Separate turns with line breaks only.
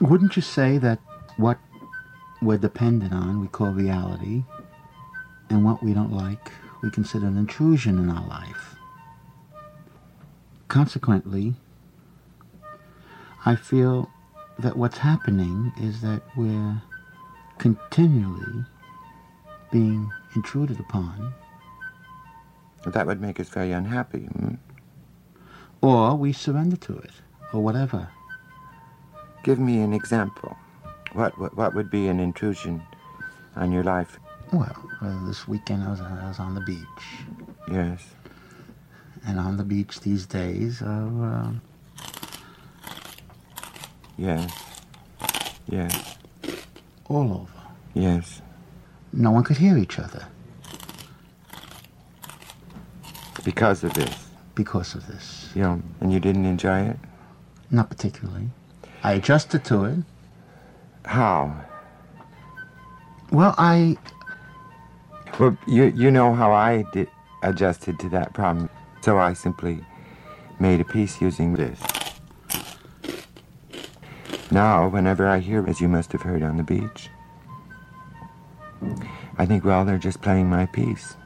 Wouldn't you say that what we're dependent on we call reality, and what we don't like we consider an intrusion in our life? Consequently, I feel that what's happening is that we're continually being intruded upon,
That would make us very unhappy. mm?
or we surrender to it, or whatever.
Give me an example. What, what what would be an intrusion on your life?
Well, uh, this weekend I was, I was on the beach,
Yes.
and on the beach these days are. Uh,
Yes. Yes.
all over.
Yes.
No one could hear each other
Because of this.
because of this.
Yeah. And you didn't enjoy it?
Not particularly. I adjusted to it.
How?
Well, I
Well, you you know how I did, adjusted to that problem. So I simply made a piece using this. Now, whenever I hear, as you must have heard on the beach, I think, well, they're just playing my piece.